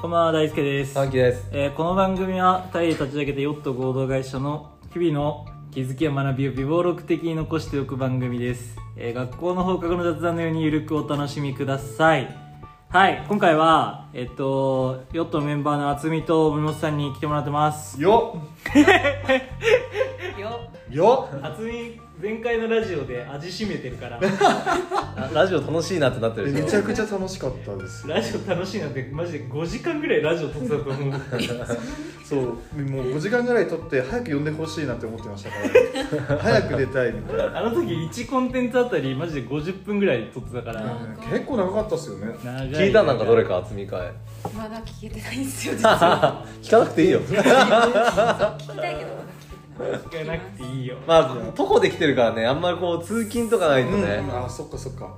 こんばんは大輔です、短期ですえーこの番組はタイで立ち上げたヨット合同会社の日々の気づきや学びを微暴録的に残しておく番組です、えー学校の放課後の雑談のようにゆるくお楽しみくださいはい今回はえっとヨットのメンバーの厚みと森本さんに来てもらってますよよよ厚み前回のラジオで味しめてるから あラジオ楽しいなってなってるでめしちょゃくちゃ楽しかったですラジオ楽しいなってマジで5時間ぐらいラジオ撮ってたと思う そうもう5時間ぐらい撮って早く呼んでほしいなって思ってました から早く出たいみたいなあの時1コンテンツあたりマジで50分ぐらい撮ってたから、結構長かったっすよね長聞いたなんかどれか厚み会まだ聞けてないんですよ実は聞かなくていいよ聞きたいけどまだ聞聞けてかないなくていいよ、まあ徒歩で来てるからねあんまりこう通勤とかないとね、うんあそっかそっか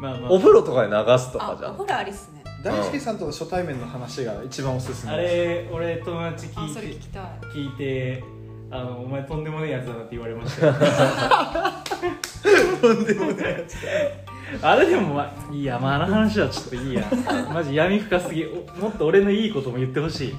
まあまあお風呂とかで流すとあかじゃおん風呂ありっすね大輔さんとの初対面の話が一番おすすあめですれ俺友達あ聞それ聞いてきたい聞いてあのお前とんでもねえやつだなって言われましたとんでもねえやつあれでも、まあ、いいやまああの話はちょっといいやマジ闇深すぎおもっと俺のいいことも言ってほしい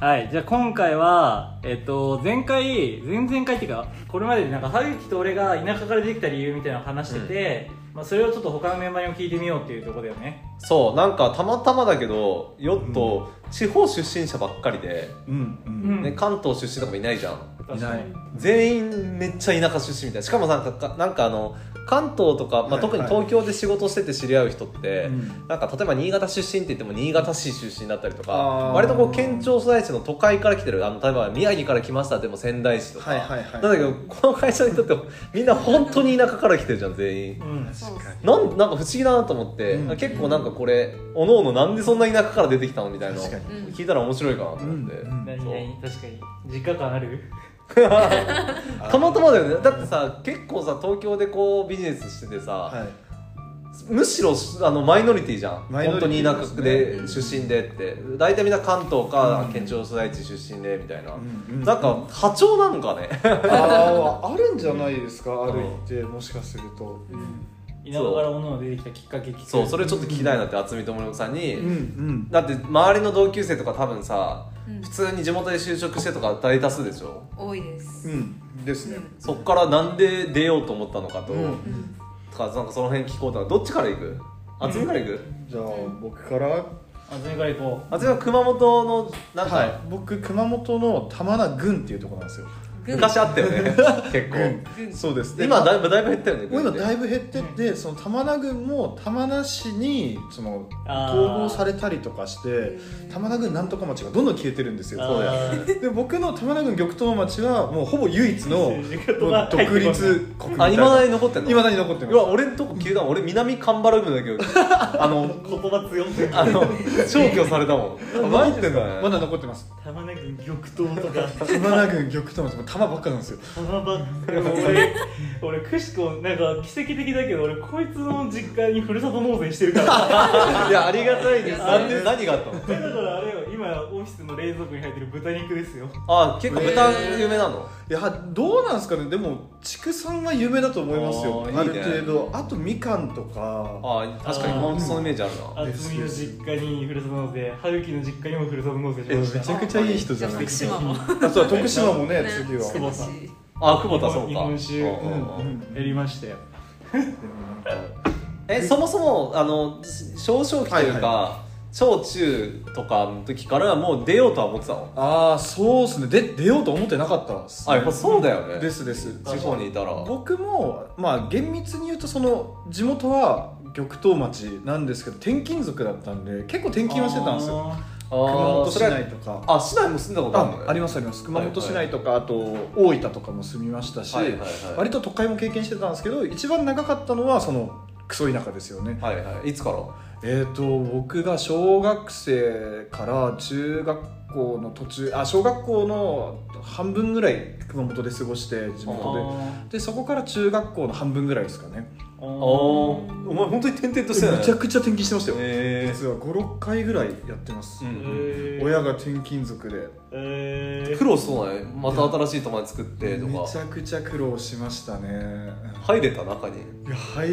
はいじゃあ今回はえっと前回前々回っていうかこれまでなんか春樹と俺が田舎からできた理由みたいなのを話してて、まあ、それをちょっと他のメンバーにも聞いてみようっていうところだよねそうなんかたまたまだけどヨット、地方出身者ばっかりで、うんううんんね、関東出身とかもいないじゃんい確なかいに全員めっちゃ田舎出身みたいなしかもなんかかなんかあの関東とか、まはあ、い特に東京で仕事してて知り合う人って、うんなんか例えば新潟出身って言っても新潟市出身だったりとかあー割とこう県庁所在地の都会から来てるあの例えば宮城から来ましたって言っても仙台市とか、はいはいはいなんだけどこの会社にとってもみんな本当に田舎から来てるじゃん全員。うんそうっすねなんなんか不思議だなと思って、うん結構なんかこれおのおのなんでそんな田舎から出てきたのみたいなの確かにうん聞いたら面白いかなと思って、うんうん何何確かに実家感ある たまたまだよねだってさ結構さ東京でこうビジネスしててさ、はいむしろあのマイノリティじゃんマイノ本リ当にティ田舎でで出身でって大体みんな関東かうん県庁所在地出身でみたいな、うんうんなんか波長なんかね あーあるんじゃないですか歩いてもしかするとうん田舎からおのおの出てきたきっかけ聞くそうそれちょっと聞きたいなって渥美智子さんに、うんうんだって周りの同級生とか多分さうん普通に地元で就職してとか大多数でしょ多いですうんですねうんそっからなんで出ようと思ったのかと、うんうんとかなんかその辺聞こうとかどっちから行く渥美から行く、じゃあ僕からあそれから行こ渥美は熊本のなんか、はい僕熊本の玉名郡っていうところなんですよ群昔あったよね結構。群そうです今だいぶだいぶ減ったよね。もう今だいいぶ減ってって、その玉名郡も玉名市にそのあー統合されたりとかしてうん玉名郡なんとか町がどんどん消えてるんですうよそうだよあーで僕の玉名郡玉東町はもうほぼ唯一の もう地元が入ってこ独ない立国みあたい今なだに残ってんの。いまだに残ってまうすわ俺んとこ消えたもん俺南カンバラ海だけどあの言葉強すぎあの消去されたもん。あ残 マジってですんかだまね。だ残ってます玉ねぎ玉頭とか玉名郡玉東町も玉ばっかなんですよ玉ばっかり俺俺くしくもなんか奇跡的だけど俺こいつの実家にふるさと納税してるからいやありがたいです。いやなんで何があったの？だからあれよ今オフィスの冷蔵庫に入ってる豚肉ですよあ結構豚有名なの。いやどうなんですかねでも畜産は有名だと思いますよあーいいあねる程度あとみかんとかあ確かにあーそのイメージあるな。渥美の実家にふるさと納税春樹の実家にもふるさと納税しえまめしたちゃくちゃいい人じゃない徳島もあそう徳島もねね次はしてほしいあ久保田そうか。日本酒うんうんううんんやりましたよえそもそもあのし少々期というか、は小中とかの時からもう出ようとは思ってたの。ああそうっすねで出ようと思ってなかったっすあやっぱそうだよね。ですです地方にいたら。僕もまあ厳密に言うとその地元は玉東町なんですけど転勤族だったんで結構転勤はしてたんですよあ熊熊本市内とかあ市内も住んだことあるのあねありますあります熊本市内とか、あと大分とかも住みましたし、はいはいはい割と都会も経験してたんですけど一番長かったのはそのクソ田舎ですよねはいはいいつからえー、と僕が小学生から中学校の途中あ小学校の半分ぐらい熊本で過ごしてー地元ででそこから中学校の半分ぐらいですかねあーおーお前本当に転々としてないめちゃくちゃ転勤してましたよ、え実は56回ぐらいやってます、うんえー親が転勤族でえー、ー苦労しそうだねまた新しい友達作ってとめかちゃくちゃ苦労しましたね入れた中にいやはい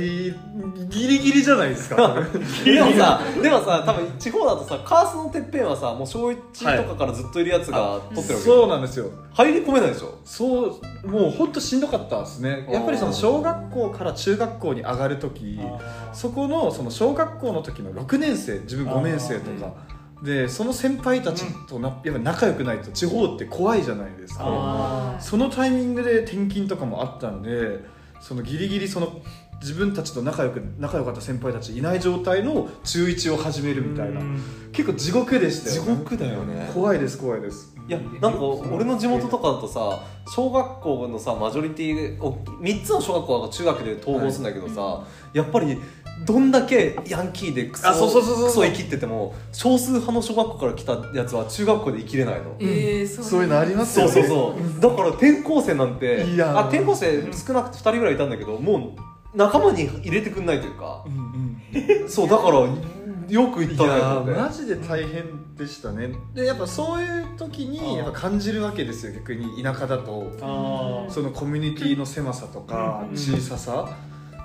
ギリギリじゃないですか でもさでもさ多分地方だとさカースのてっぺんはさもう小一とかからずっといるやつが取ってるわけそうなんですよ入り込めないでしょそうもう本当しんどかったですねやっぱりその小学校から中学校に上がる時あーそこのその小学校の時の6年生自分5年生とかでその先輩たちとな、やっぱ仲良くないと地方って怖いじゃないですかあそのタイミングで転勤とかもあったんでそのギリギリその自分たちと仲良く仲良かった先輩たちいない状態の中1を始めるみたいなうん結構地獄でしたよねだよね怖いです怖いですいやなんか俺の地元とかだとさ小学校のさマジョリティを3つの小学校が中学で統合するんだけどさ、やっぱりどんだけヤンキーでクソあそうそうそうそうクソ生きってても少数派の小学校から来たやつは中学校で生きれないの。えー、そうそういうのありますそうよそうね そうだから転校生なんていやーあ転校生少なくて2人ぐらいいたんだけどもう仲間に入れてくんないというかうんうんそうだからよく行っいたねやと思ーっマてジで大変でしたねでやっぱそういう時にやっぱ感じるわけですよ逆に田舎だとあーそのコミュニティの狭さとかうん小ささ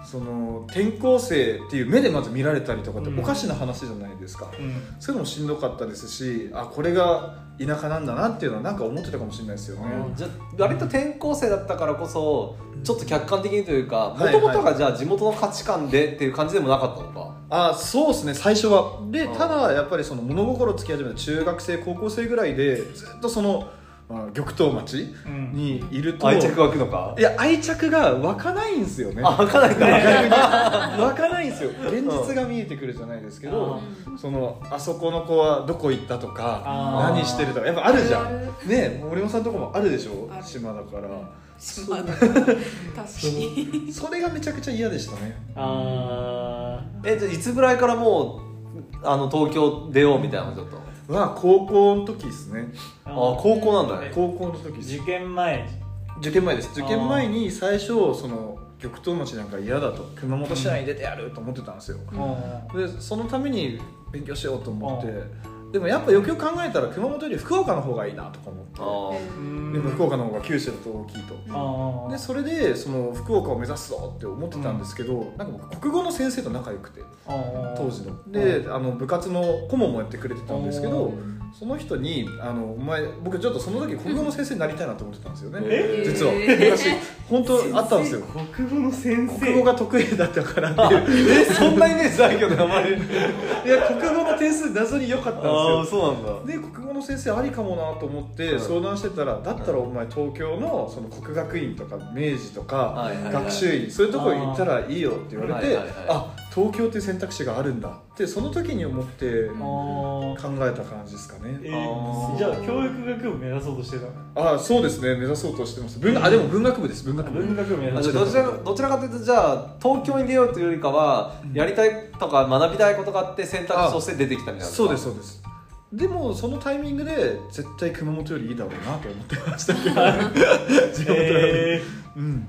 その転校生っていう目でまず見られたりとかってうんおかしな話じゃないですかうんそういうのもしんどかったですしあこれが田舎なんだなっていうのはなんか思ってたかもしれないですよねじゃあ割と転校生だったからこそちょっと客観的にというかはいもはいともとがじゃあ地元の価値観でっていう感じでもなかったのかあそうですね最初はであーただやっぱりその物心つき始めた中学生高校生ぐらいでずっとその、まあ、玉東町うんにいると愛着湧くのかいや愛着が湧かないんですよねあ分かんないんだ逆に湧かないんですよ現実が見えてくるじゃないですけうどそのあそこの子はどこ行ったとかあー何してるとかやっぱあるじゃあんるね森本さんとこもあるでしょある島だから島だから確かにそれがめちゃくちゃ嫌でしたねあえじゃあいつぐらいからもうあの東京出ようみたいなのちょっとは高校の時ですねーあ高校なんだね高校の時です受験前受験前です受験前に最初その玉東町なんか嫌だと熊本市内に出てやると思ってたんですよ、もでそのために勉強しようと思って、でもやっぱよくよく考えたら熊本より福岡の方がいいなとか思って、あうでも福岡岡の方が九州だと大きいと、あでそれでその福岡を目指すぞって思ってたんですけど、なんか僕国語の先生と仲良くて当時ので、あの部活の顧問もやってくれてたんですけうどその人にあのお前僕ちょっとその時国語の先生になりたいなと思ってたんですよね、え実はえー昔本当あったんですよ国語の先生国語が得意だったからっていうえそんなイメージないけどあ まりいや国語の点数謎に良かったんですよそうなんだで国語の先生ありかもなと思ってうん相談してたら、だったらお前東京のその国学院とか明治とかはいはいはい学習院そういうとこ行ったらいいよって言われて、はいはいはいあ東京っていう選択肢があるんだってその時に思ってあ考ーえた感じですかねえあーーじゃあ教育学部目指そうとしてたあそうですね目指そうとしてます文あでも文学部です文学文部学部目あ指じゃしあてどちらどちらかというとじゃあ東京に出ようというよりかは、やりたいとか学びたいことがあって選択肢として出てきたみたいなそうですそうですでもそのタイミングで絶対熊本よりいいだろうなと思ってましたけどた地元よりえうん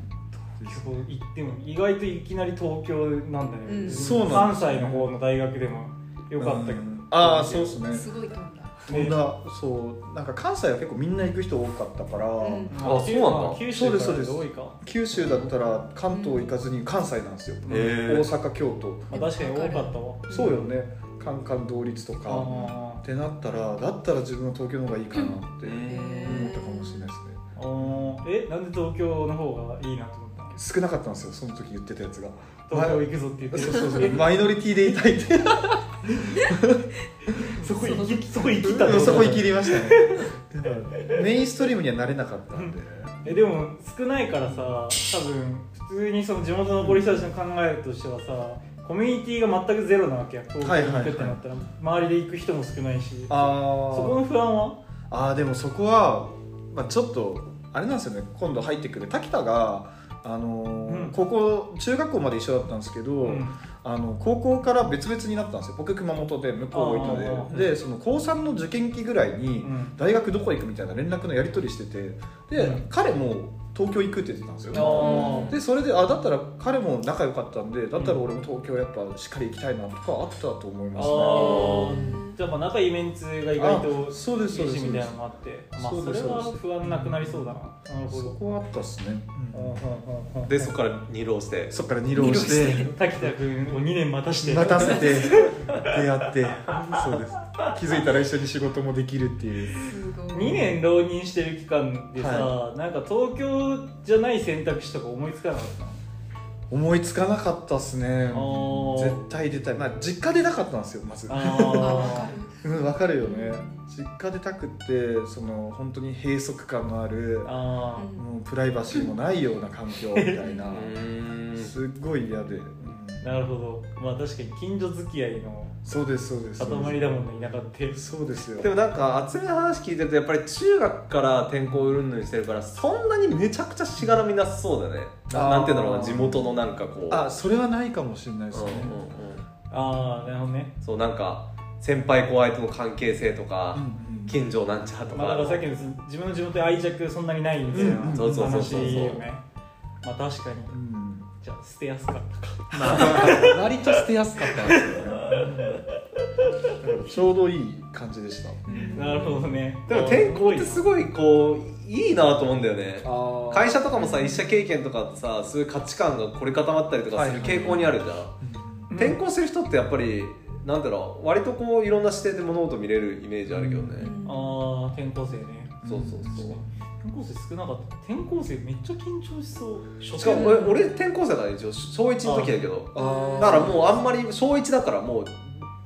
ーそう行っても意外といきなり東京なんだね、うんそうなん関西ですねの方の大学でもよかったけど、うんああそうですねすごい飛んだ飛んだそうなんか関西は結構みんな行く人多かったから、うんまあそうなんだ九州そうですそうです多いか、ま九州だったら関東行かずに関西なんですよ、へー大阪京都あ、確かに多かったわそうよねカンカン同率とかあってなったらだったら自分は東京の方がいいかなってへ思ったかもしれないですねーあーえなんで東京の方がいいなと思ったの少なかったんですよその時言ってたやつが東京行くぞって言ってそうそうそうマイノリティでいたいって そこ行きそこ行きた うんそこ行ききりましたね だからメインストリームにはなれなかった んでえでも少ないからさ多分普通にその地元の残り人たちの考えとしてはさコミュニティが全くゼロなわけや東京に行くってなったら、周りで行く人も少ないしそああこの不安はあーでもそこは、まあ、ちょっとあれなんですよね今度入ってくる滝田が、あのーうん高校中学校まで一緒だったんですけど、うんあの高校から別々になったんですよ僕熊本で向こう大あ分ーででその高3の受験期ぐらいうにん大学どこ行くみたいな連絡のやり取りしててで、うん彼も東京行くって言ってたんですあよーでそれであだったら彼も仲良かったんでだったら俺も東京やっぱしっかり行きたいなとかあったと思いあますねーじゃあまあ仲いいメンツが意外とあそうですそういいでしすみたいなのもあってまあそうそでれすはそうです不安なくなりそうだななるほそどこはあったっすね、うんうんうんうんでそこから二浪してそっから二浪して 滝田君を2年待たして待たせて出会ってそうです気づいたら一緒に仕事もできるっていうすごい2年浪人してる期間でさ、なんか東京じゃない選択肢とか思いつかなかった思いつかなかったっすねの絶対出たいまあ実家出なかったんですよまずああわかーうんわかるよね実家出たくってその本当に閉塞感のあるあうんもうプライバシーもないような環境みたいなすっごい嫌で、ーなるほどまあ確かに近所付き合いのそうですそうです塊だもんね田舎ってそうですよでもなんか厚めの話聞いてるとやっぱり中学から転校をうんぬんしてるからそんなにめちゃくちゃしがらみなさそうだねななんていうんだろうな地元のなんかこうあそれはないかもしれないですね、うんうんうんああなるほどねそうなんか先輩後輩との関係性とか、うんうん近所なんちゃらとか,、まあだからさっきの自分の地元で愛着そんなにないみたいなうん話そうそうそうそうよねまあ確かにうんじゃあ捨てやすかったか割と捨てやすかったんですよねちょうどいい感じでしたなるほどねでも転校ってすごいごいこういいなと思うんだよねあ会社とかもさ一社経験とかってさそういう価値観が凝り固まったりとかするはいはい傾向にあるじゃん、うん転校する人ってやっぱりなんだろう割とこういろんな視点で物事見れるイメージあるけどね、うんああ転校生ねそうそうそう、転校生少なかった転校生めっちゃ緊張しそうしかも俺俺転校生だから一応小1の時だけどあだーからもうあんまり小1だからもう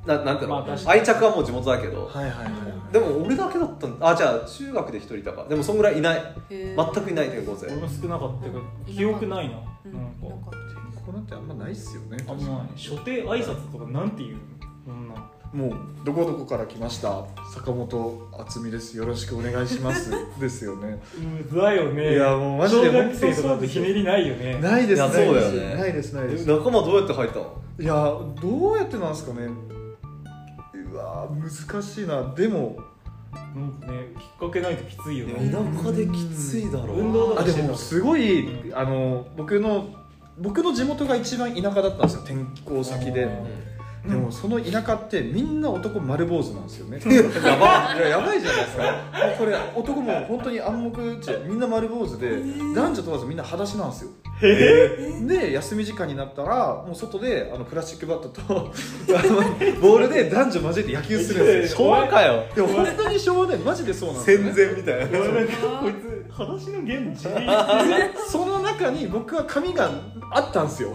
ななんていうの、まあ確かに愛着はもう地元だけど、はいはいはいはいでも俺だけだったんあじゃあ中学で一人いたかでもそんぐらいいないへー全くいない転校生俺も少なかったけどうん記憶ないななんかうんいなかったこうなんてあんまないっすよねあんまない初手挨拶とかなんて言うのそんなもうどこどこから来ました坂本厚美ですよろしくお願いします ですよねうざいよねいやもうマジで小学生とかだとひねりないよねないですいやないそうでだよすねないですないでえす仲間どうやって入ったのいやどうやってなんですかねうわー難しいなでもなんかねきっかけないときついよね田舎できついだろ運動とあかでしてたもすごい、うあの僕の僕の地元が一番田舎だったんですよ転校先であでもその田舎ってみんな男丸坊主なんですよねやばいややばいじゃないですかもうこれ男も本当に暗黙知恵みんな丸坊主で男女問わずみんな裸足なんですよで休み時間になったらもう外であのプラスチックバットとあ のボールで男女交えて野球するんですよ昭和かよでも本当に少年マジでそうなんですよ、戦ね、前みたいな俺なんかこいつ話の源地あその中に僕は髪があったんで すよ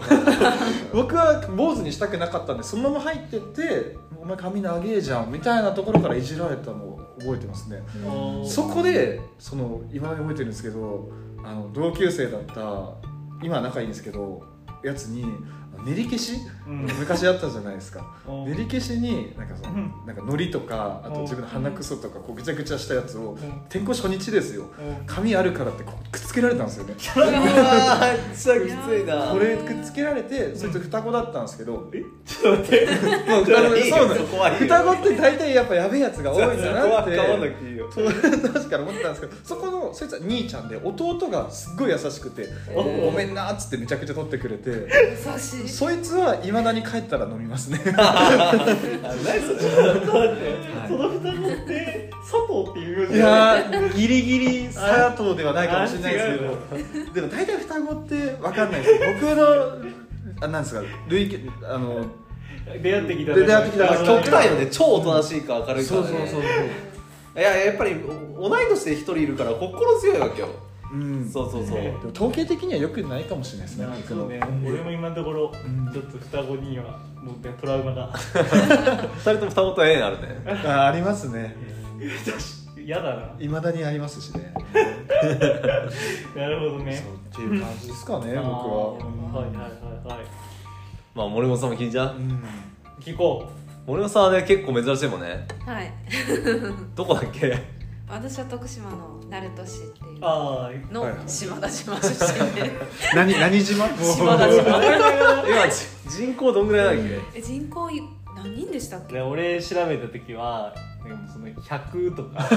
僕は坊主にしたくなかったんでそのまま入ってって「お前髪長えじゃん」みたいなところからいじられたのを覚えてますねーそこでその今まで覚えてるんですけどあの同級生だった今仲いいんですけどやつに練り消しうん昔あったじゃないですかあー練り消しになんかそのうんなんか海苔とかあと自分の鼻くそとかこうぐちゃぐちゃしたやつをうん転校初日ですようん紙あるからってこうくっつけられたんですよねうわーちょっときついなこれくっつけられてそいつ双子だったんですけどえちょっと待ってまあ双子いいよそうなのそこはいいよ双子って大体やっぱやべえやつが多いんだなっ そこは変わんなてくていいよそう確かに思ってたんですけどそこのそいつは兄ちゃんで弟がすっごい優しくて「おごめんな」っつってめちゃくちゃ取ってくれて優しいそいつはいまだに帰ったら飲みますねあナイス待ってその双子って佐藤っていうよいやーギリギリ佐藤ではないかもしれないあですけどでも大体双子って分かんないです僕のあなんですか類型あの出会ってきた出会ってきたあの極端よね超おとなしいか明るいかねそうそうそうそういややっぱりお同い年で一人いるから心強いわけようんそうそうそうでも統計的には良くないかもしれないですねまあ僕そのうね俺も今のところちょっと双子にはもうねトラウマが二人とも双子と縁あるねあありますね嫌だないまだにありますしねなるほどねっていう感じですかね僕あーははいはいはいはまあ森本さんも聞いちゃううんい聞こ森本さんはね結構珍しいもんねはいどこだっけ私は徳島の鳴門市っていううああのはいはい島田島出身 で何何島島田島今じ人口どんぐらいだっけえ人口何人でしたっけで俺調べた時はでもその100とか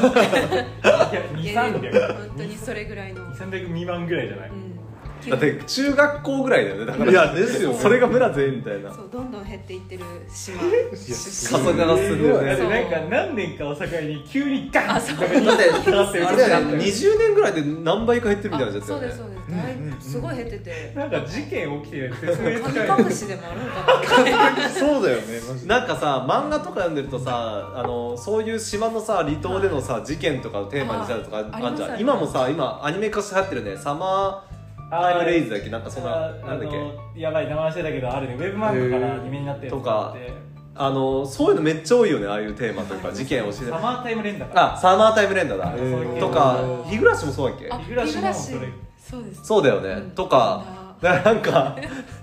200300本当にそれぐらいの、う300未満ぐらいじゃない、ん、だって中学校ぐらいだよねだからいやですよそれが村全員みたいなそうどんどん減っていってる島加速が進んでるだっねてなんか何年かを境に急にガンあそうだってだってあれだよね20年ぐらいで何倍か減ってるみたいなあやつだそようねですそうです、だいうんうんうんすごい減っててなんか事件起きてる説明つか神隠しでもあるのかなそうだよねマジでなんかさ漫画とか読んでるとさあのそういう島のさ離島でのさ事件とかをテーマにしたりとかああんじゃあんりま今すもさ今アニメ化して流行ってるねサマータイムレイズだっけなんかそんななんだっけけやばい名前してたけどあるねウェブ漫画からアニメになってるやつがあってあのそういうのめっちゃ多いよねああいうテーマというか事件をしてサマータイム連打かあサマータイムレンダーだそういう系とか日暮らしもそうだっけあ日暮らしもそれそうですそうだようねんとかだからなんか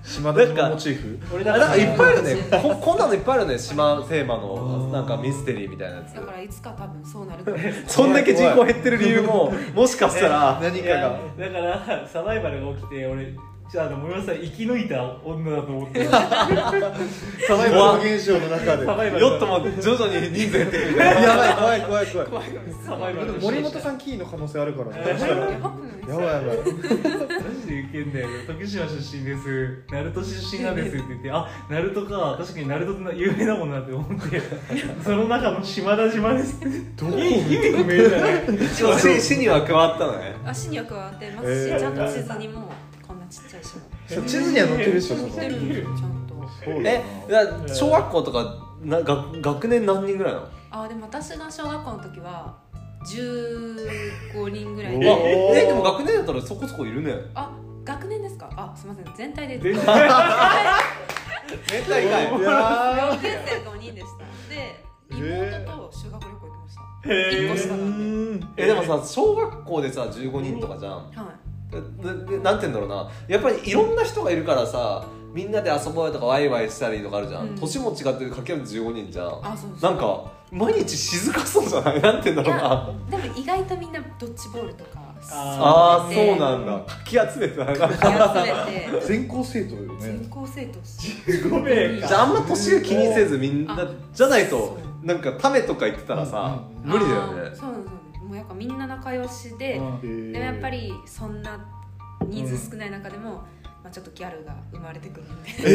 島田島モチーフ俺あだかなんからいっぱいあるねここんなのいっぱいあるね島テーマのなんかミステリーみたいなやだかつらいつか多分そうなると思うそんだけ人口減ってる理由 ももしかしたら何いかやがだからサバイバルが起きて俺じゃああの森本さん生き抜いた女だと思ってサバイバル現象の中でサやばバイバルヨットも徐々に人数減ってくるみたいない怖い怖い怖い怖い怖いサバイバでルも森本さんキーの可能性あるからねえーやばくないですやかばいやばいマジでウケんだよね徳島出身です鳴門出身なんですって言ってあ鳴門か確かに鳴門って有名だもんなって思ってその中の島田島ですど意味不明だねそう死死には加わったのね足には加わってますし、えーちゃんと地図にもこんなちっちゃい島地図には載ってるでしょそ載のってるんですよちゃんとそうだよえなだから小学校とかな学学年何人ぐらいなのあでも私の小学校の時は15人ぐらいえおーでえでも学年だったらそこそこいるねあ学年ですかあすみません全体で全然4絶対いいや年生が5人でしたでえー妹と修学旅行行きましへ一個しーかーなえでもさ小学校でさ15人とかじゃんたはいででなんて言うんだろうなやっぱりいろんな人がいるからさみんなで遊ぼうよとかワイワイしたりとかあるじゃん、うん年も違ってるかける15人じゃんあそうそうなんか毎日静かそうじゃないなんて言うんいだろうなやでも意外とみんなドッジボールとかあああーでそうなんだかき集めてないなんかかき集 めて全校生徒よね全校生徒し15名じゃああんま年が気にせずみんあなじゃないそとなんかためとか言ってたらさ、う無理だよあーねそうなんですよねもうやっぱみんな仲良しで、へーでもやっぱりそんな人数少ない中でも、まあ、ちょっとギャルが生まれてくるんでえ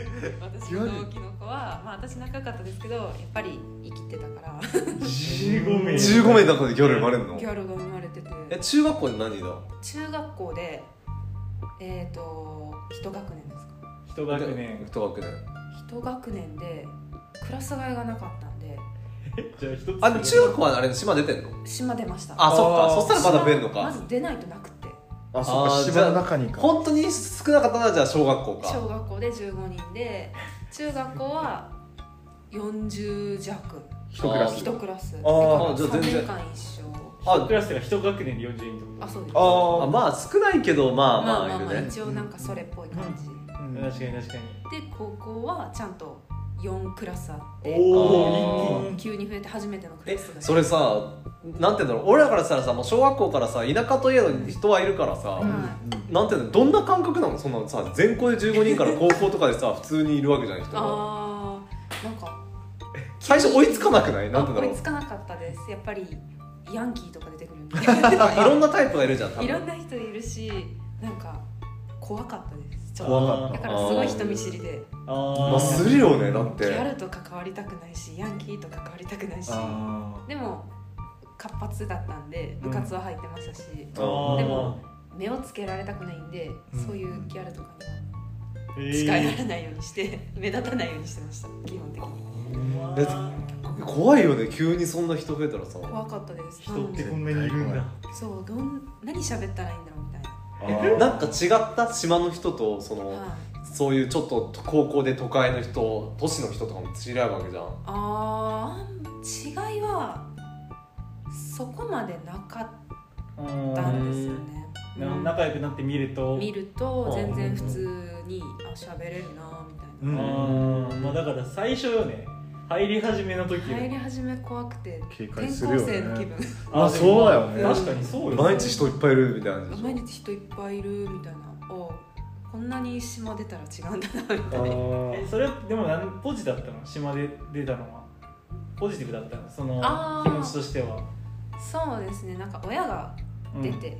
え 私の同期の子は、まあ、私仲良かったですけどやっぱり生きてたから15名ー、15名の中でギャル生まれるのギャルが生まれててえ中学校で何だ中学校でえっ、と一学年ですか一学年一学年一学年でクラス替えがなかったんでじゃあ一つあ中学校はあれ島出てんの島出ましたあそっあかーそしたらまだ増えるの島かまず出ないとなくてあそっあかー島の中にか本当に少なかったのはじゃあ小学校か小学校で15人で中学校は40弱一クラス一クラスあーじゃあ3全然年間一緒クラスが一学年で40人ってことあそうですあまあ少ないけどまあままあまああいまあるね一応なんかそれっぽい感じ、うん確かに確かにで高校はちゃんと4クラスあっておあお一気に急に増えて初めてのクえラスがそれさなんて言うんだろう俺らからしたらさもう小学校からさ田舎といえど人はいるからさ、うんなんていうのどんな感覚なのそんなのさ全校で15人から高校とかでさ 普通にいるわけじゃない人があーなんか最初追いつかなくないなんて言うんだ追ろいうつかなかったですやっぱりヤンキーとか出てくる んでいろんなタイプがいるじゃん多いろん分な人いるしなんか怖かったですちょっと怖かっだたからすごい人見知りであまあするよねだっギャてルと関わりたくないしヤンキーと関わりたくないしあでも活発だったんで部活は入ってましたし、あーでも目をつけられたくないんで、うんそういうギャルとかにはえー近寄らないようにして、目立たないようにしてました基本的にえ怖いよね急にそんな人増えたらさ怖かったです人ってなこんなにいるんだ絶んそうどん何喋ったらいいんだろうみたいな、ーなんか違った島の人とその、はいそういうちょっと高校で都会の人都市の人とかも知り合うわけじゃんあー違いはそこまでなかったんですよねなうん仲良くなってみると見ると全然普通にあ喋れるなみたいうなんあーまあだから最初よね入り始めの時よ入り始め怖くて警転戒するよ校ね生の気分まあそうだよね確かにそうよ毎日人いっぱいいるみたいな感じでしょ毎日人いっぱいいるみたいなあこんなに島出たら違うんだなみたいなえそれはでもなんポジだったの島で出たのはポジティブだったのそのあ気ー持ちとしてはそうですねなんか親がうん出て、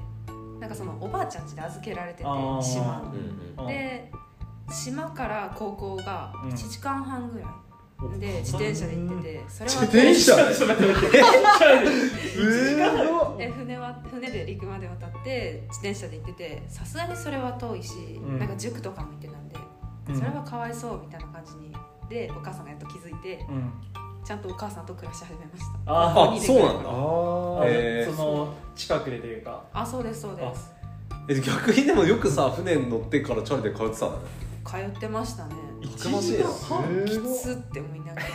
なんかそのおばあちゃん家で預けられててあー島うんうんで島から高校がうん1時間半ぐらいで自転車で行っててそれは自転車ちょっと待って待ってちょっと待ってええ船は船で陸まで渡って自転車で行っててさすがにそれは遠いし、んなんか塾とかも行ってたんでそれはかわいそうみたいな感じにでお母さんがやっと気づいてうんちゃんとお母さんと暮らし始めましたあーあそうなんだあああえそーの近くでというかあそうですそうですえ逆にでもよくさ船に乗ってからチャリで通ってたのね通ってましたねたくましいなきつって思いながら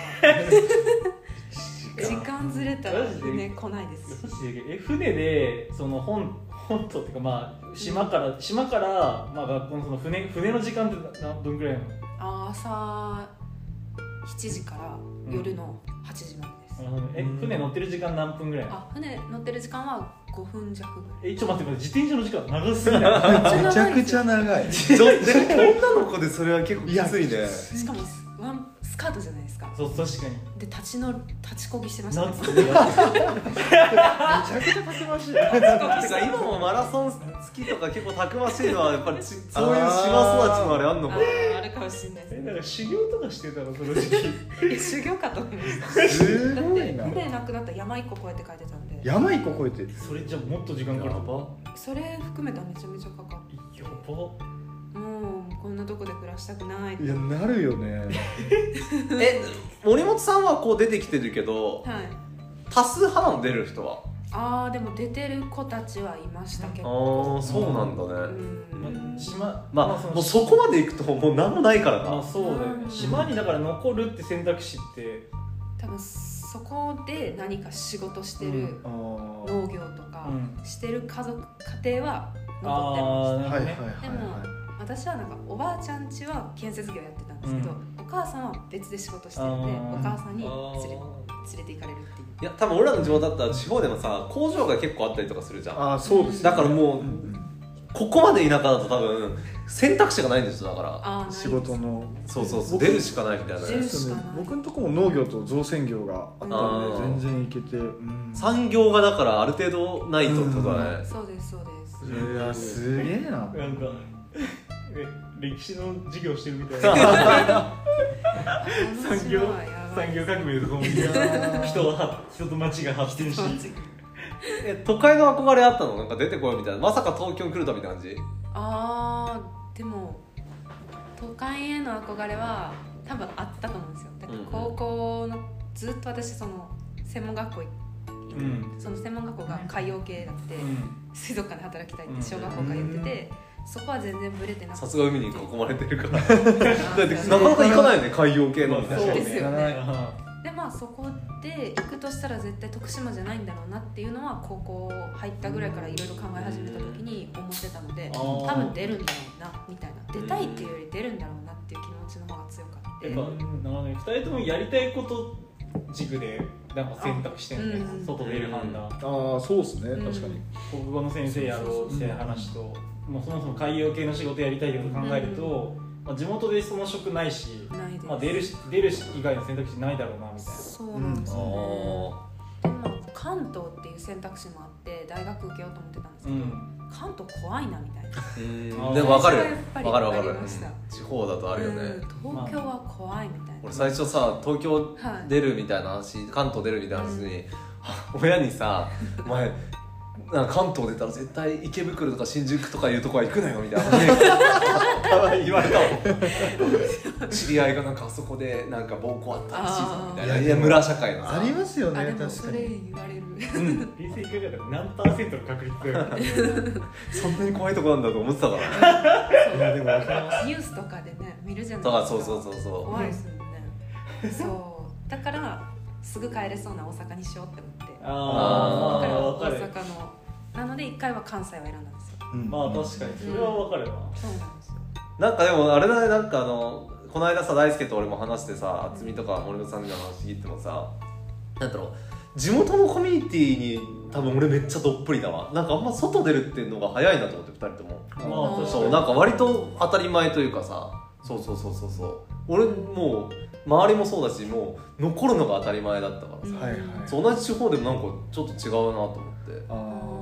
時間ずれたら船来ないですえ船でその本本島っていうかまあ島から島からまあ学校のその船船の時間って何分くらいなのあ朝7時から夜の8時までです、なるほどねえうん船乗ってる時間何分ぐらいなのあ船乗ってる時間は5分弱ぐらいえちょっと待って待って自転車の時間長すぎないめちゃくちゃ長いちょでも女の子でそれは結構きついいやねきつしかもスワンスカートじゃないですかそう確かにで立ちの立ちこぎしてましたね夏とかさ今もマラソン好きとか結構たくましいのはやっぱりちそういう島育ちのあれあんのあかーあるかもしれないですえねなんか修行とかしてたのその時期いや修行かと思いましたすだっごていな船なくなったら山一個こうやって書いてたんで山一個越えてそれじゃもっと時間かかるそれ含めたらめちゃめちゃかかやばるもうこんなとこで暮らしたくないいやなるよねえ森本さんはこう出てきてるけどはい多数派なの出る人はあーでも出てる子たちはいましたけどああそうなんだうねんま島まあ、そのもうそこまで行くともう何もないからまあなそうだよねうん島にだから残るって選択肢って多分そこで何か仕事してうるあー農業とかうんしてる家族家庭は残ってまああなるほはどいはいねはいは私はなんかおばあちゃん家は建設業やってたんですけど、うお母さんは別で仕事してるんであーお母さんにあ連れー連れて行かれるっていういや多分俺らの地元だったら地方でもさ工場が結構あったりとかするじゃんああそうですねだからもう、うんここまで田舎だと多分選択肢がないんですよだからあーないです仕事のそうそうそう僕出るしかないみたいな出るねしかない僕のとこも農業と造船業があったうんんで全然行けてうん産業がだからある程度ないとってことだねそうですそうですいやすげえななんかえ歴史の授業してるみたい な 産業産業革命とかもいや ー人は人と町が発展しえ都会の憧れあったのなんか出てこようみたいなまさか東京に来るたみたいな感じあーでも都会への憧れは多分あったと思うんですよだからうんうん高校のずっと私その専門学校行って、うんその専門学校が海洋系だって、うん水族館で働きたいっうんて小学校から言ってて、そこは全然ブレてなくてさすが海に囲まれてるからだっ だてなかなか行かないよね海洋系のみたいそうなですよねあでまあそこで行くとしたら絶対徳島じゃないんだろうなっていうのは高校入ったぐらいからいろいろ考え始めた時に思ってたのでー多分出るんだろうなみたいな出たいっていうより出るんだろうなっていう気持ちの方が強かってやっぱなので2人ともやりたいこと軸でなんか選択してんね、あうん外出る判断、ああそうですねうん確かに国語の先生やろうって話と、もうそもそも海洋系の仕事やりたいってこと考えると、まあ、地元でその職ないし、ないです、まあ、出るし出るし以外の選択肢ないだろうなみたいそうなんですあよね、ーでまあ関東っていう選択肢もあって大学受けようと思ってたんですけど、な、関東怖いなみたいなうんでも分かる最初はやっぱり分かる分かるありました地方だとあるよね、うん東京は怖いみたいな、俺最初さ東京はい出るみたいな話関東出るみたいな話に、親にさ「お前なんか関東出たら絶対池袋とか新宿とかいうとこは行くなよ」み たいな言われたもん知り合いがなんかあそこでなんか暴行あったらしいぞみたいなあーいや村社会のさありますよあでねも確そかれに言われるうん、冷静に考えたら何パーセントの確率だよねそんなに怖いとこなんだと思ってた からねいやでも分かりますニュースとかでね見るじゃないだですかからそうそうそうそ怖いですよねそうだからすぐ帰れそうな大阪にしようって思ってだあからー大分かる阪のなので一回は関西を選んだんですようんまあ確かにそれは分かるわ、そうなんですようなんかでもあれだねなんかあのこの間さ大輔と俺も話してさ渥美とか森本さんみたいな話聞いてもさなんだろう地元のコミュニティに多分俺めっちゃどっぷりだわなんかあんま外出るっていうのが早いなと思って2人ともまあ確かそうになんか割と当たり前というかさそうそうそうそうそう俺もう周りもそうだしもう残るのが当たり前だったからさ、はいはいそう同じ地方でもなんかちょっと違うなと思ってあ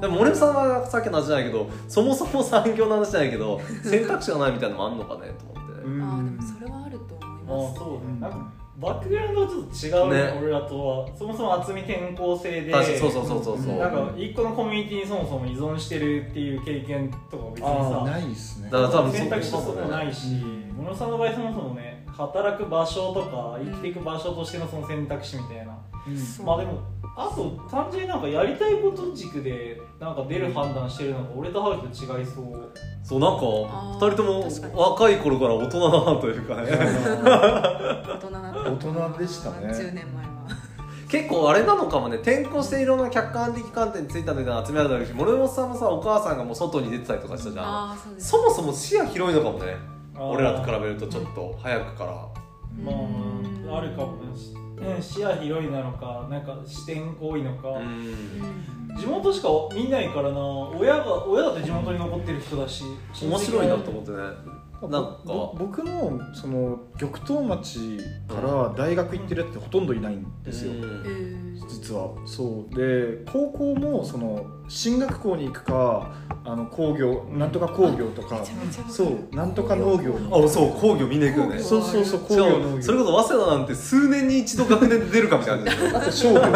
でも森さんはさっきの話じゃないけどそもそも産業の話じゃないけど選択肢がないみたいなのもあんのかねと思って、ーああでもそれはあると思いますそうねなんかバックグラウンドはちょっと違うねね俺らとはそもそも厚み転校性で確かにそうそうそうそうそう、うんなんか一個のコミュニティにそもそも依存してるっていう経験とかは別あーにないですねだから多さ分選択肢とそこないしうん野呂さんの場合そもそもね働く場所とか生きていく場所としてのその選択肢みたいなうんまあでもあと単純になんかやりたいこと軸でなんか出る判断してるのが俺とハルと違いそうそうなんかあー2人とも確かに若い頃から大人だなというか ね大人だった大人でしたね10年前は結構あれなのかもね転校していろんな客観的観点についたみたいなの集められたりし森本さんもさお母さんがもう外に出てたりとかしたじゃんああそうですそもそも視野広いのかもね俺らとから比べるとちょっと早くからまああるかもねしね視野広いなのかなんか視点多いのか、うん地元しか見ないからな親が親だって地元に残ってる人だし面白いなと思思ってねなんなんかか僕もその玉東町から大学行ってるやつってほとんどいないんですよ、うん実はそうで高校もその進学校に行くかあの工業なんとか工業とかそうなんとか農業にあそう工業みんな行くよね工業そうそうそう工しか業も農業それこそ早稲田なんて数年に一度学年で出るかみたいなあと商業工業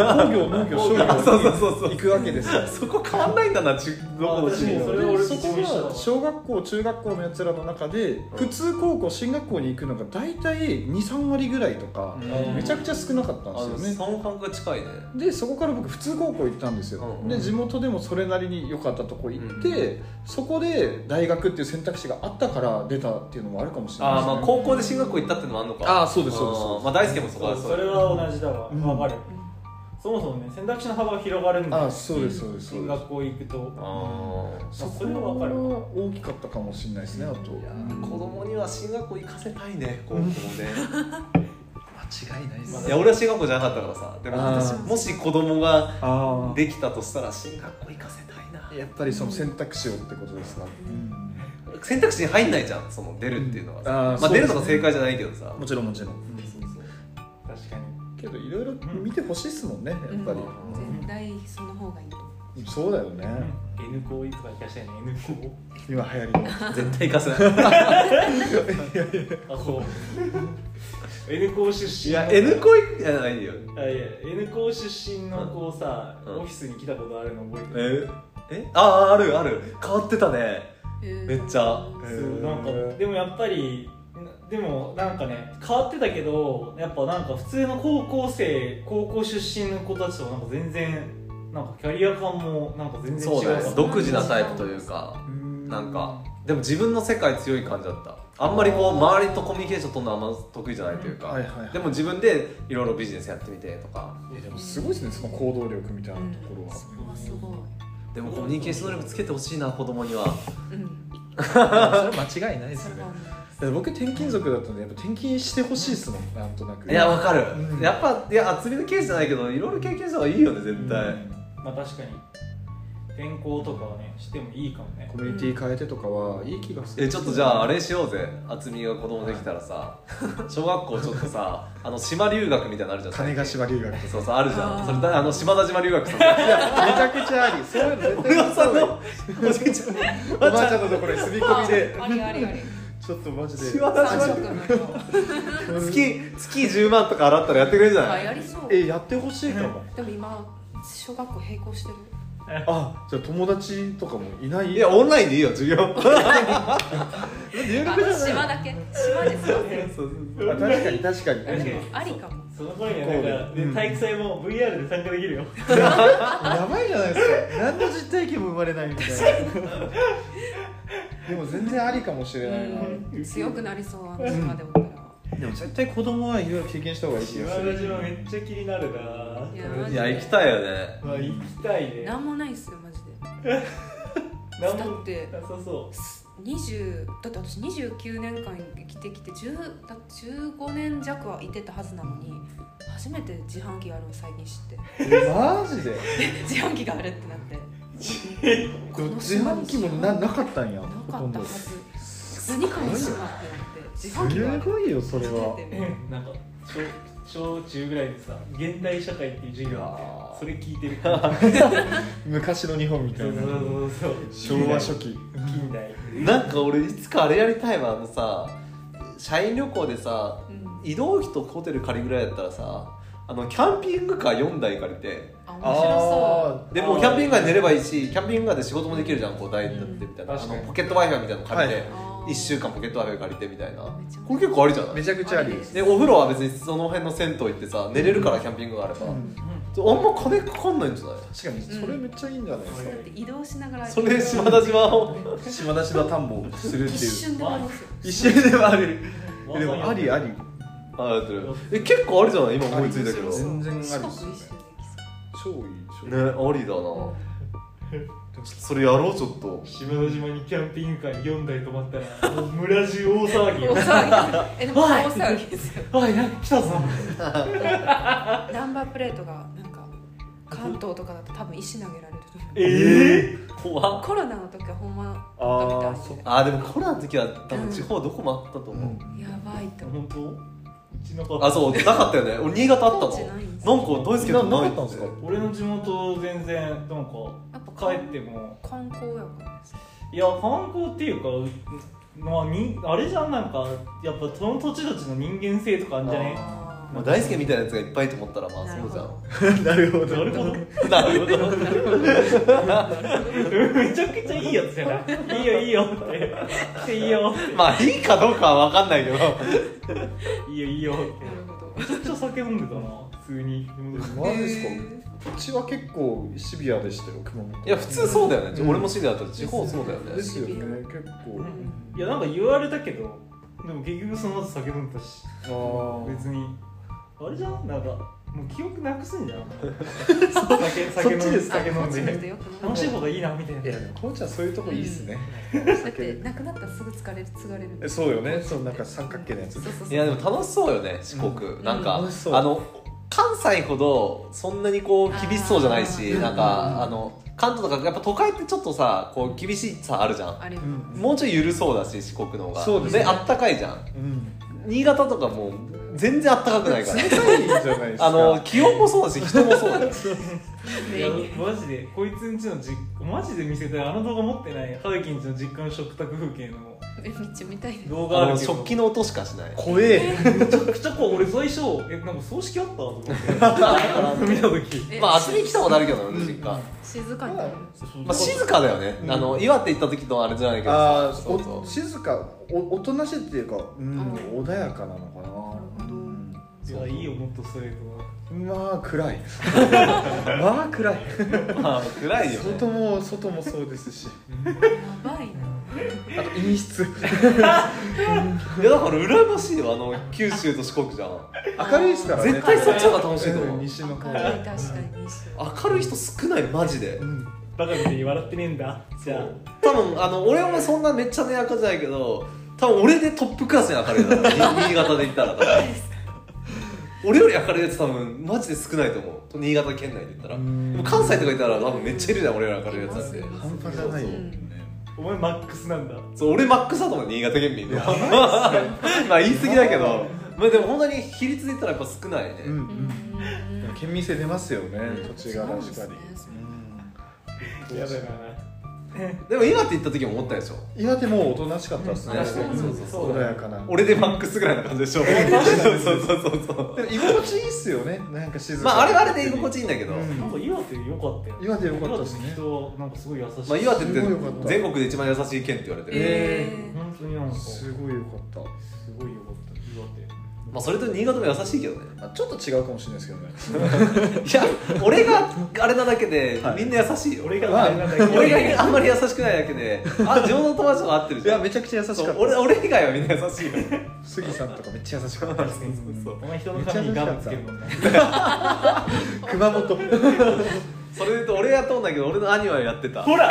農業商業あそうそうそうそうに行くわけですよそこ変わんないんだなちどこの地私域ももそれは俺そこ一緒だわが小学校中学校のやつらの中で普通高校進学校に行くのが大体23割ぐらいとかうんめちゃくちゃ少なかったんあのですよね三半が近いねでそこから僕普通高校行ったんですよ、うんで地元でもそれなりに良かったとこ行って、うそこで大学っていう選択肢があったから出たっていうのもあるかもしれないあでーす、まねあ、高校で進学校行ったっていうのもあんのかあーそうですそうですそうあですーまあ大輔もそこそうはそうそれは同じだわうんわかるそもそもね選択肢の幅が広がるんであそうですそうですそう進です学校行くとあーそそこれは分かるは大きかったかもしれないですねあといやー子供には進学校行かせたいね高校 で間違いないでいや俺は進学校じゃなかったからさでもあ私ーもし子供があできたとしたら進学校行かせたいなあやっぱりその選択肢をってことですか、選択肢に入んないじゃんその出るっていうのはさ、うんあーまそあ、うで出るすねのが正解じゃないけどさもちろんもちろん、そうそう確かにけどいろいろ見てほしいですもんねやっぱり、絶対その方がいいと思そうだよね、 N 校とか行か したいね N 今流行りの絶対行かせない 校あそう N 校出身いのや N 校行じゃないよあいや N 校出身の子さ、うんオフィスに来たことあるの覚えてる、ええあああるある変わってたねううんめっちゃそうなんかでもやっぱりなでもなんかね変わってたけどやっぱなんか普通の高校生高校出身の子たちとはなんか全然なんかキャリア感もなんか全然違そううかだらね独自なタイプというかなんかでも自分の世界強い感じだったあんまりこう周りとコミュニケーション取るのはあんま得意じゃないというか、はいはいはいでも自分でいろいろビジネスやってみてとかいやでもすごいですねその行動力みたいなところは、そこはすごいでもコミュニケーション能力つけてほしいな子供にはうんそれ 間違いないでそれは思います僕転勤族だったんでやっぱ転勤してほしいですもんなんとなくいやわかる、うんやっぱいや厚みのケースじゃないけどいろいろ経験した方がいいよね絶対、まあ確かに転校とかはねしてもいいかもねコミュニティ変えてとかはいい気がするえちょっとじゃああれしようぜ厚みが子供できたらさ小学校ちょっとさ あの島留学みたいなのあるじゃん金ヶ島留学とかそうそうあるじゃあんーそれだあの島田島留学さいやめちゃくちゃありそういうの絶森対本さんそうだのよおじいちゃんのおばあちゃんのところに住み込みでありありありちょっとマジで島田島留三色学の色月月10万とか払ったらやってくれるんじゃあないやりそうえやってほしいかもでも今小学校並行してるあじゃあ友達とかもいないいやオンラインでいいよ授 業留学じゃないあ島だけ島ですよねあ確かに確かに確かにありかもその頃にはなんか、うんで体育祭も VR で参加できるよやばいじゃないですか何の実体験も生まれないみたいなでも全然ありかもしれないな、うん強くなりそうあの島でおったらでも絶対子供はいろいろ経験した方がいい気島がする田島めっちゃ気になるないやマジいでや行きたいよねまあ行きたいねなんもないっすよマジでなんだもってなさそう20だって私29年間生きてきて10だ15年弱はいてたはずなのに初めて自販機があるの最近知って えマジで自販機があるってなってこう自販機もななかったんやなほかとっんたどはすず何かの島ってなって自販機があるごいよそれは初めて見なんか小小中ぐらいでさ現代社会っていう授業あってそれ聞いて る昔の日本みたそういそなうそうそう昭和初期近代なんか俺いつかあれやりたいわあのさ社員旅行でさたうん移動費とホテル借りるぐらいだったらさあのキャンピングカー4台借りてあ面白そうあでもうキャンピングカーで寝ればいいしキャンピングカーで仕事もできるじゃんこう台になってみたいな、うんあ確かのにポケット w i f i みたいなの借りて、はいあー1週間ポケット w i f i 借りてみたいなめっちゃこ面白いれ結構ありじゃなあいめちゃくちゃありありですでお風呂は別にその辺の銭湯行ってさ寝れるからキャンピングカーあれば、うんあんま金かかんないんじゃない確かにそれめっちゃいいんじゃないですだって移動しながらそれで島田島をか島田島田んぼするって一いう瞬で終わりますよ一瞬ではあるでもありありあやってるえ結構ありじゃない今思いついたけどありね全然ある四国一周できそ超いい超いいありだなそれやろうちょっと島田島にキャンピングカー4台止ま ったらもう村中大騒ぎうよ大騒ぎえでも大騒ぎですよ あいや来たぞナンバープレートがなんか関東とかだと多分石投げられると思うええ怖コロナの時はほんまああ食そべったあーでもコロナの時は多分地方どこもあったとう思う、やばいと思う本当うちのあそうなかったよね俺新潟あったもん高知なないんですんかドイツけどななかったんですか俺の地元全然なんかやっぱ帰っても観光やからですいや観光っていうかうまあみあれじゃんなんかやっぱその土地土地の人間性とかあんじゃねあまあ、大輔みたいなやつがいっぱいと思ったらまあなそるほうじゃどんなるほどなるほどなるほどめちゃくちゃいいやつじゃないいいよいいよって来ていいよまあいいかどうかは分かんないけどいいよいいよってなるほどめちゃくちゃ酒飲んでたな普通にマジですかえーうちは結構シビアでしたよ熊本いや普通そうだよね、うん俺も知りだったら地方そうだよね、ですよね結構いやなんか言われたけどでも結局その後酒飲んだしあー別にあれじゃんなんかもう記憶なくすんじゃん酒酒飲んそっちでです酒飲んあこっちの人でよく飲む楽しい方がいいなみたいないやでもこうちゃんそういうとこいいっすね、だってなくなったらすぐ疲れる継がれるえそうよねそうなんか三角形のやつそうそうそういやでも楽しそうよね四国、んなんか、楽しそうあの関西ほどそんなにこう厳しそうじゃないしあーなんかあの関東とかやっぱ都会ってちょっとさこう厳しさあるじゃんあれうんもうちょい緩そうだし四国の方がそうですねあったかいじゃんうん新潟とかもう全然あったかくないか冷らたいじゃないですかあの気温もそうだし人もそう だよいやマジでこいつんちの実マジで見せたいあの動画持ってないハウキンちの実家の食卓風景のえめっちゃ見たいです動画ああのるけど食器の音しかしない 怖えめちゃくちゃこう俺最初えなんか葬式あったと思って 見た時えまあ遊びに来たことあるけどね俺実家、ま静かになるあ、静かだよね、うんあの岩手行った時とあれじゃないけどあさーそうそうお静かおおとなしいっていうかうんあ穏やかなのかななるほどいやいいよもっとそういうのうんまあ暗 いまあ暗いまあ暗いよね外も外もそうですしやばいなあと陰湿いやだから羨ましいよあの九州と四国じゃん明るいですからね絶対そっちの方が楽しいと思うんう西明のるい方確かにいいっすよ明るい人少ないマジでうんバカみたいに笑ってねえんだじゃ多分あの俺はそんなめっちゃね明るじゃないけど多分俺でトップクラスに明るい だろう新潟で言ったら多分俺より明るいやつ多分マジで少ないと思う新潟県内で言ったらうでんも関西とかいたら多分めっちゃいるじゃん俺より明るいやつだっていま半端じゃないようんあお前マックスなんだそう俺マックスだと思う新潟県民の まあ言い過ぎだけどまあでも本当に比率で言ったらやっぱ少ないね、うんううんんでも県民性出ますよね、うん土地柄そう確でかすに、ねやだよなでも岩手行った時も思ったでしょ岩手もおとなしかったですね、確かにそうそうそう穏やかな俺でマックスぐらいな感じでしょそうそうそうそうでも居心地いいっすよねなんか静かまああれはあれで居心地いいんだけど、うんなんか岩手良かったよ岩手良かったですね岩手の人はなんかすごい優しいまあ、岩手ってすごい良かった全国で一番優しい県って言われてる、えー本当になんかすすごい良かっごい良かった岩手まあ、それと新潟も優しいけどねたあちょっと違うかもしれないですけどねいや俺があれなだけで、はいみんな優しいよ俺があれなんだけど俺があんまり優しくないだけであ地元の友達とか合ってるいじゃやんめちゃくちゃ優しかっそうた俺俺以外はみんな優しいよ杉さんとかめっちゃ優しかっ たですねお前人の髪にガムつけるもんな熊本それで言うと俺やっとんだけど俺の兄はやってたほら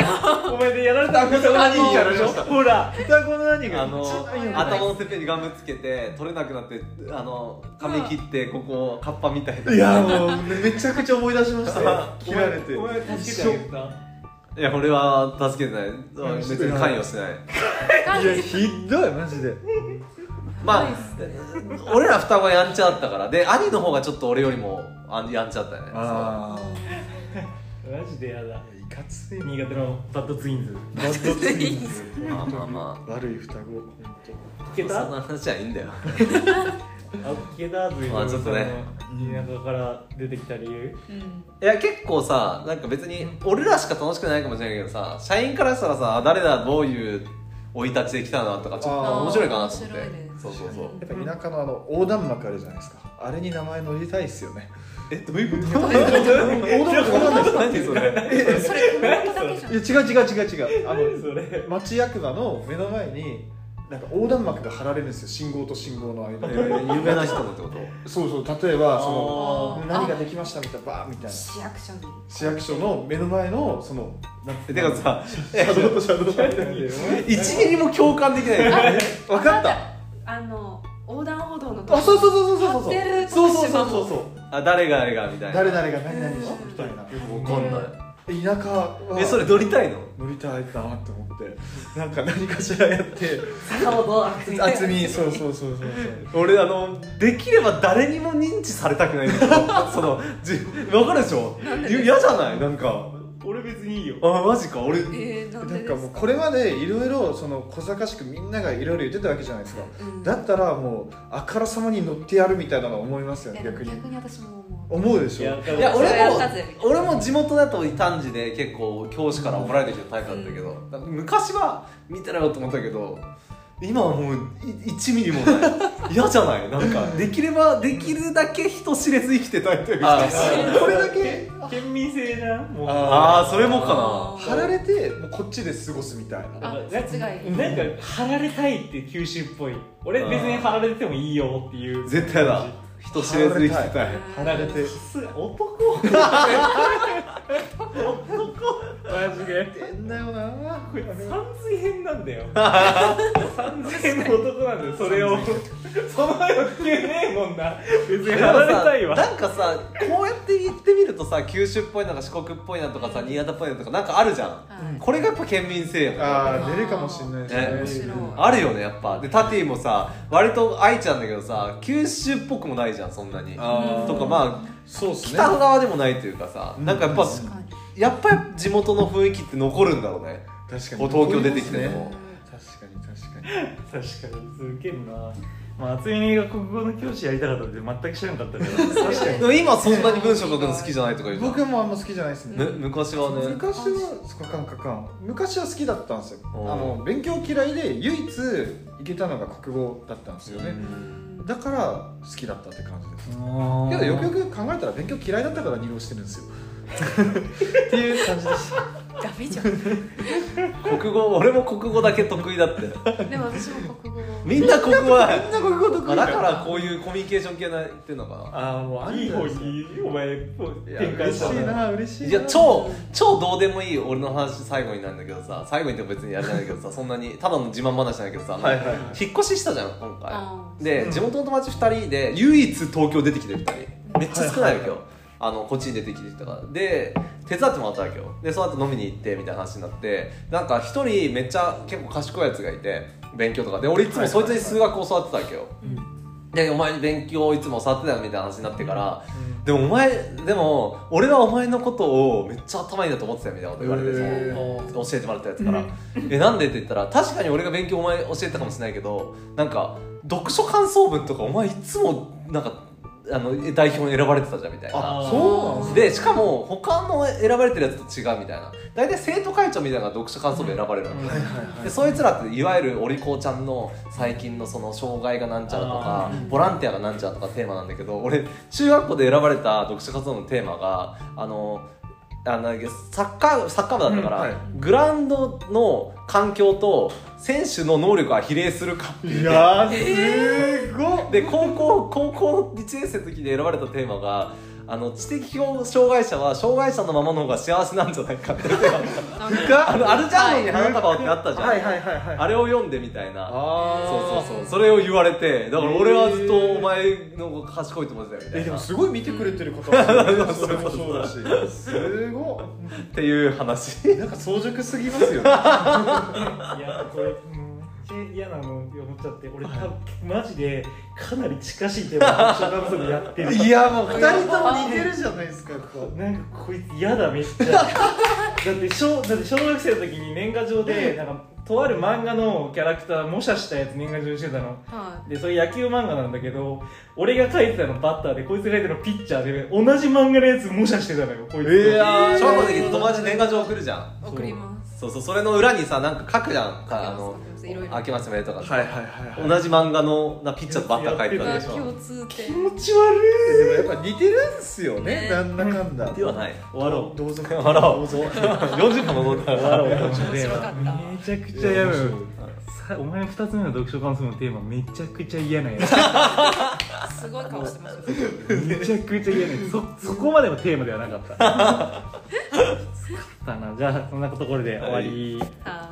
お前でやられた双子の兄にやられましたほら双子の兄があの頭のてっぺんにガムつけて取れなくなってあの髪切ってここカッパみたいないやもうめちゃくちゃ思い出しま したよ切られてお前お前助けてあげたいや俺は助けてない別に関与してないいやひどいマジでまあ俺ら双子はやんちゃだったからで兄の方がちょっと俺よりもあんやんちゃだったよねあマジでやだあいかつい新潟のバッドツインズバッドツインズまあまあま悪い双子本聞あそけんたな話はいいんだよあ聞けたずいまあちょっとね田舎から出てきた理由うんいや結構さなんか別に俺らしか楽しくないかもしれないけどさ社員からしたらさあ誰だどういう生い立ちで来たなとかちょっあーと面白いかなと思って、面白いねそうそうそう当やっぱ田舎のあの横断幕あるじゃないですかあれに名前乗りたいっすよねえどういうこと横断幕わかんないですか何それそれ熊本だけじゃんいや違う違う違う違うあの何それ町役場の目の前になんか横断幕が張られるんですよ信号と信号の間えにー有名な人のってことそうそう例えばそのあー何ができましたみたいなバーみたいな市役所に市役所の目の前のそのなんえてかさ車道と車道みたいなので一ミリも共感できないよね分かったあの横断歩道のとこあそうそうそうそうそうそう立ってるそうそうそうそうそうあ誰が誰がみたいな誰々が何々したみたいなわかんな田舎はいえそれ乗りたいの乗りたいなって思ってなんか何かしらやって坂本厚み厚みそうそうそうそうそう俺あのできれば誰にも認知されたくないんだけどそのじ分かるでしょい嫌じゃないなんか俺別にいいよあマジか俺えー、なんなでんでかすもうかこれまでいろいろその小賢しくみんながいろいろ言ってたわけじゃないですかうんだったらもうあからさまに乗ってやるみたいなのは思いますよいねやでも逆に逆に私も思う思うでしょいやそれ俺やったぜも俺も地元だと異端児で結構教師から怒られてきたタイプだった けど、だから昔は見てなよと思ったけど今はもうい1ミリもない嫌じゃないなんかできればできるだけ人知れず生きてたいというかあこれだけ県民性じゃんもうああーそれもかあな貼られてもうこっちで過ごすみたいなあなんか殺害なんか貼られたいって九州っぽい俺別に貼られてもいいよっていう絶対だ人知れず生きてたい貼られてさすが男 男マジでてんだよなこれ三髄編なんだよ 三髄編の男なんだよそれをその欲求ねえもんな別にでも貼さられたいわなんかさこうやって言ってみるとさ九州っぽいのか四国っぽいのとかさ新潟っぽいのとかなんかあるじゃん、はいこれがやっぱ県民性やからあー出るかもしんないですねね面白いあるよねやっぱでタティもさ割と愛ちゃんだけどさ九州っぽくもないじゃんそんなにあーとかまあそうっすね北側でもないというかさ、なんかやっぱ確かにやっぱり地元の雰囲気って残るんだろうね確かこうに東京出てきても、確かに確かに確かにすげえなまあ厚みが国語の教師やりたかったって全く知らなかったから確かにでも今そんなに文章書くの好きじゃないとか言うじゃん、僕もあんま好きじゃないですねむ昔はね昔はそっかかんかかん昔は好きだったんですよあおーの勉強嫌いで唯一行けたのが国語だったんですよねだから好きだったって感じですけどよくよく考えたら勉強嫌いだったから二浪してるんです よっていう感じ ですダメじゃん国語俺も国語だけ得意だってでも私も国語みんな国語だみんな国語得まあ意だからこういうコミュニケーション系なっていうのかなああもうあんいいだ方にお前や展開嬉ししたいな嬉しいないや超超どうでもいい俺の話最後になるんだけどさ最後にって別にあれなんだけどさ そんなにただの自慢話なんだけどさ、はいはいはい引っ越ししたじゃん今あ回で地元の友達2人で唯一東京出てきてる2人めっちゃ少ないわけよ、あのこっちに出てきてたからで手伝ってもらったわけよでその後飲みに行ってみたいな話になってなんか1人めっちゃ結構賢いやつがいて勉強とかで俺いつもそいつに数学を教わってたわけよ、でお前勉強いつも教わってたよみたいな話になってから、でもお前でも俺はお前のことをめっちゃ頭いいなと思ってたよみたいなこと言われて、へその教えてもらったやつから「えなんで?」って言ったら「確かに俺が勉強お前教えてたかもしれないけどなんか読書感想文とかお前いつもなんかあの代表に選ばれてたじゃん」みたいな。あそうなんすねでしかも他の選ばれてるやつと違うみたいな大体生徒会長みたいなのが読書感想文選ばれるわけ、はいはいはいでそいつらっていわゆるお利口ちゃんの最近のその障害がなんちゃらとかあボランティアがなんちゃらとかテーマなんだけど俺中学校で選ばれた読書活動のテーマがあのあなんだっけサッカーサッカー部だったから、うんはいグラウンドの環境と選手の能力が比例するかいやーすごっで高校高校1年生の時に選ばれたテーマがあの知的障害者は障害者のままの方が幸せなんじゃないかってなんかあのアルジャーノンに花束ってあったじゃん、はいはいはいはいあれを読んでみたいなそあうあそうそうそれを言われてだから俺はずっとお前の方が賢いと思ってたよみたえいでなもっすごい見てくれてる方だねそそそうれうそうもそうだしすごていう話 いなんか早熟すぎますよねいやこれうんめっちゃ嫌なの思っちゃって俺多分マジでかなり近しいテーマを不足やってるいやもう二人とも似てるじゃないですかやっぱなんかこいつ嫌だめっち ゃだって小だって小学生の時に年賀状でなんかとある漫画のキャラクター模写したやつ年賀状にしてたのはでそれ野球漫画なんだけど俺が描いてたのバッターでこいつが描いてたのピッチャーで同じ漫画のやつ模写してたのよこいつえー小学校の時友達に年賀状送るじゃんい送りますそうそうそれの裏にさなんか書くじゃん書きますあの書きますいろい「ろ明けますおめでとう」とかはいはいさはいはい同じ漫画のなピッチャーとバッター書いてたまであし共ょ通気点持ち悪でもやっぱ似てるんすよねねなんだかんだではないい 終わろう同族終わろう同族40分も飲んだ終わろうらこのテーマ面白かっためちゃくちゃやめいや面白さお前の2つ目の読書感想のテーマめちゃくちゃ嫌なやつすごい顔してましためちゃくちゃ嫌ねそそこまでのテーマではなかったきつかったなじゃあそんなところで終わり、は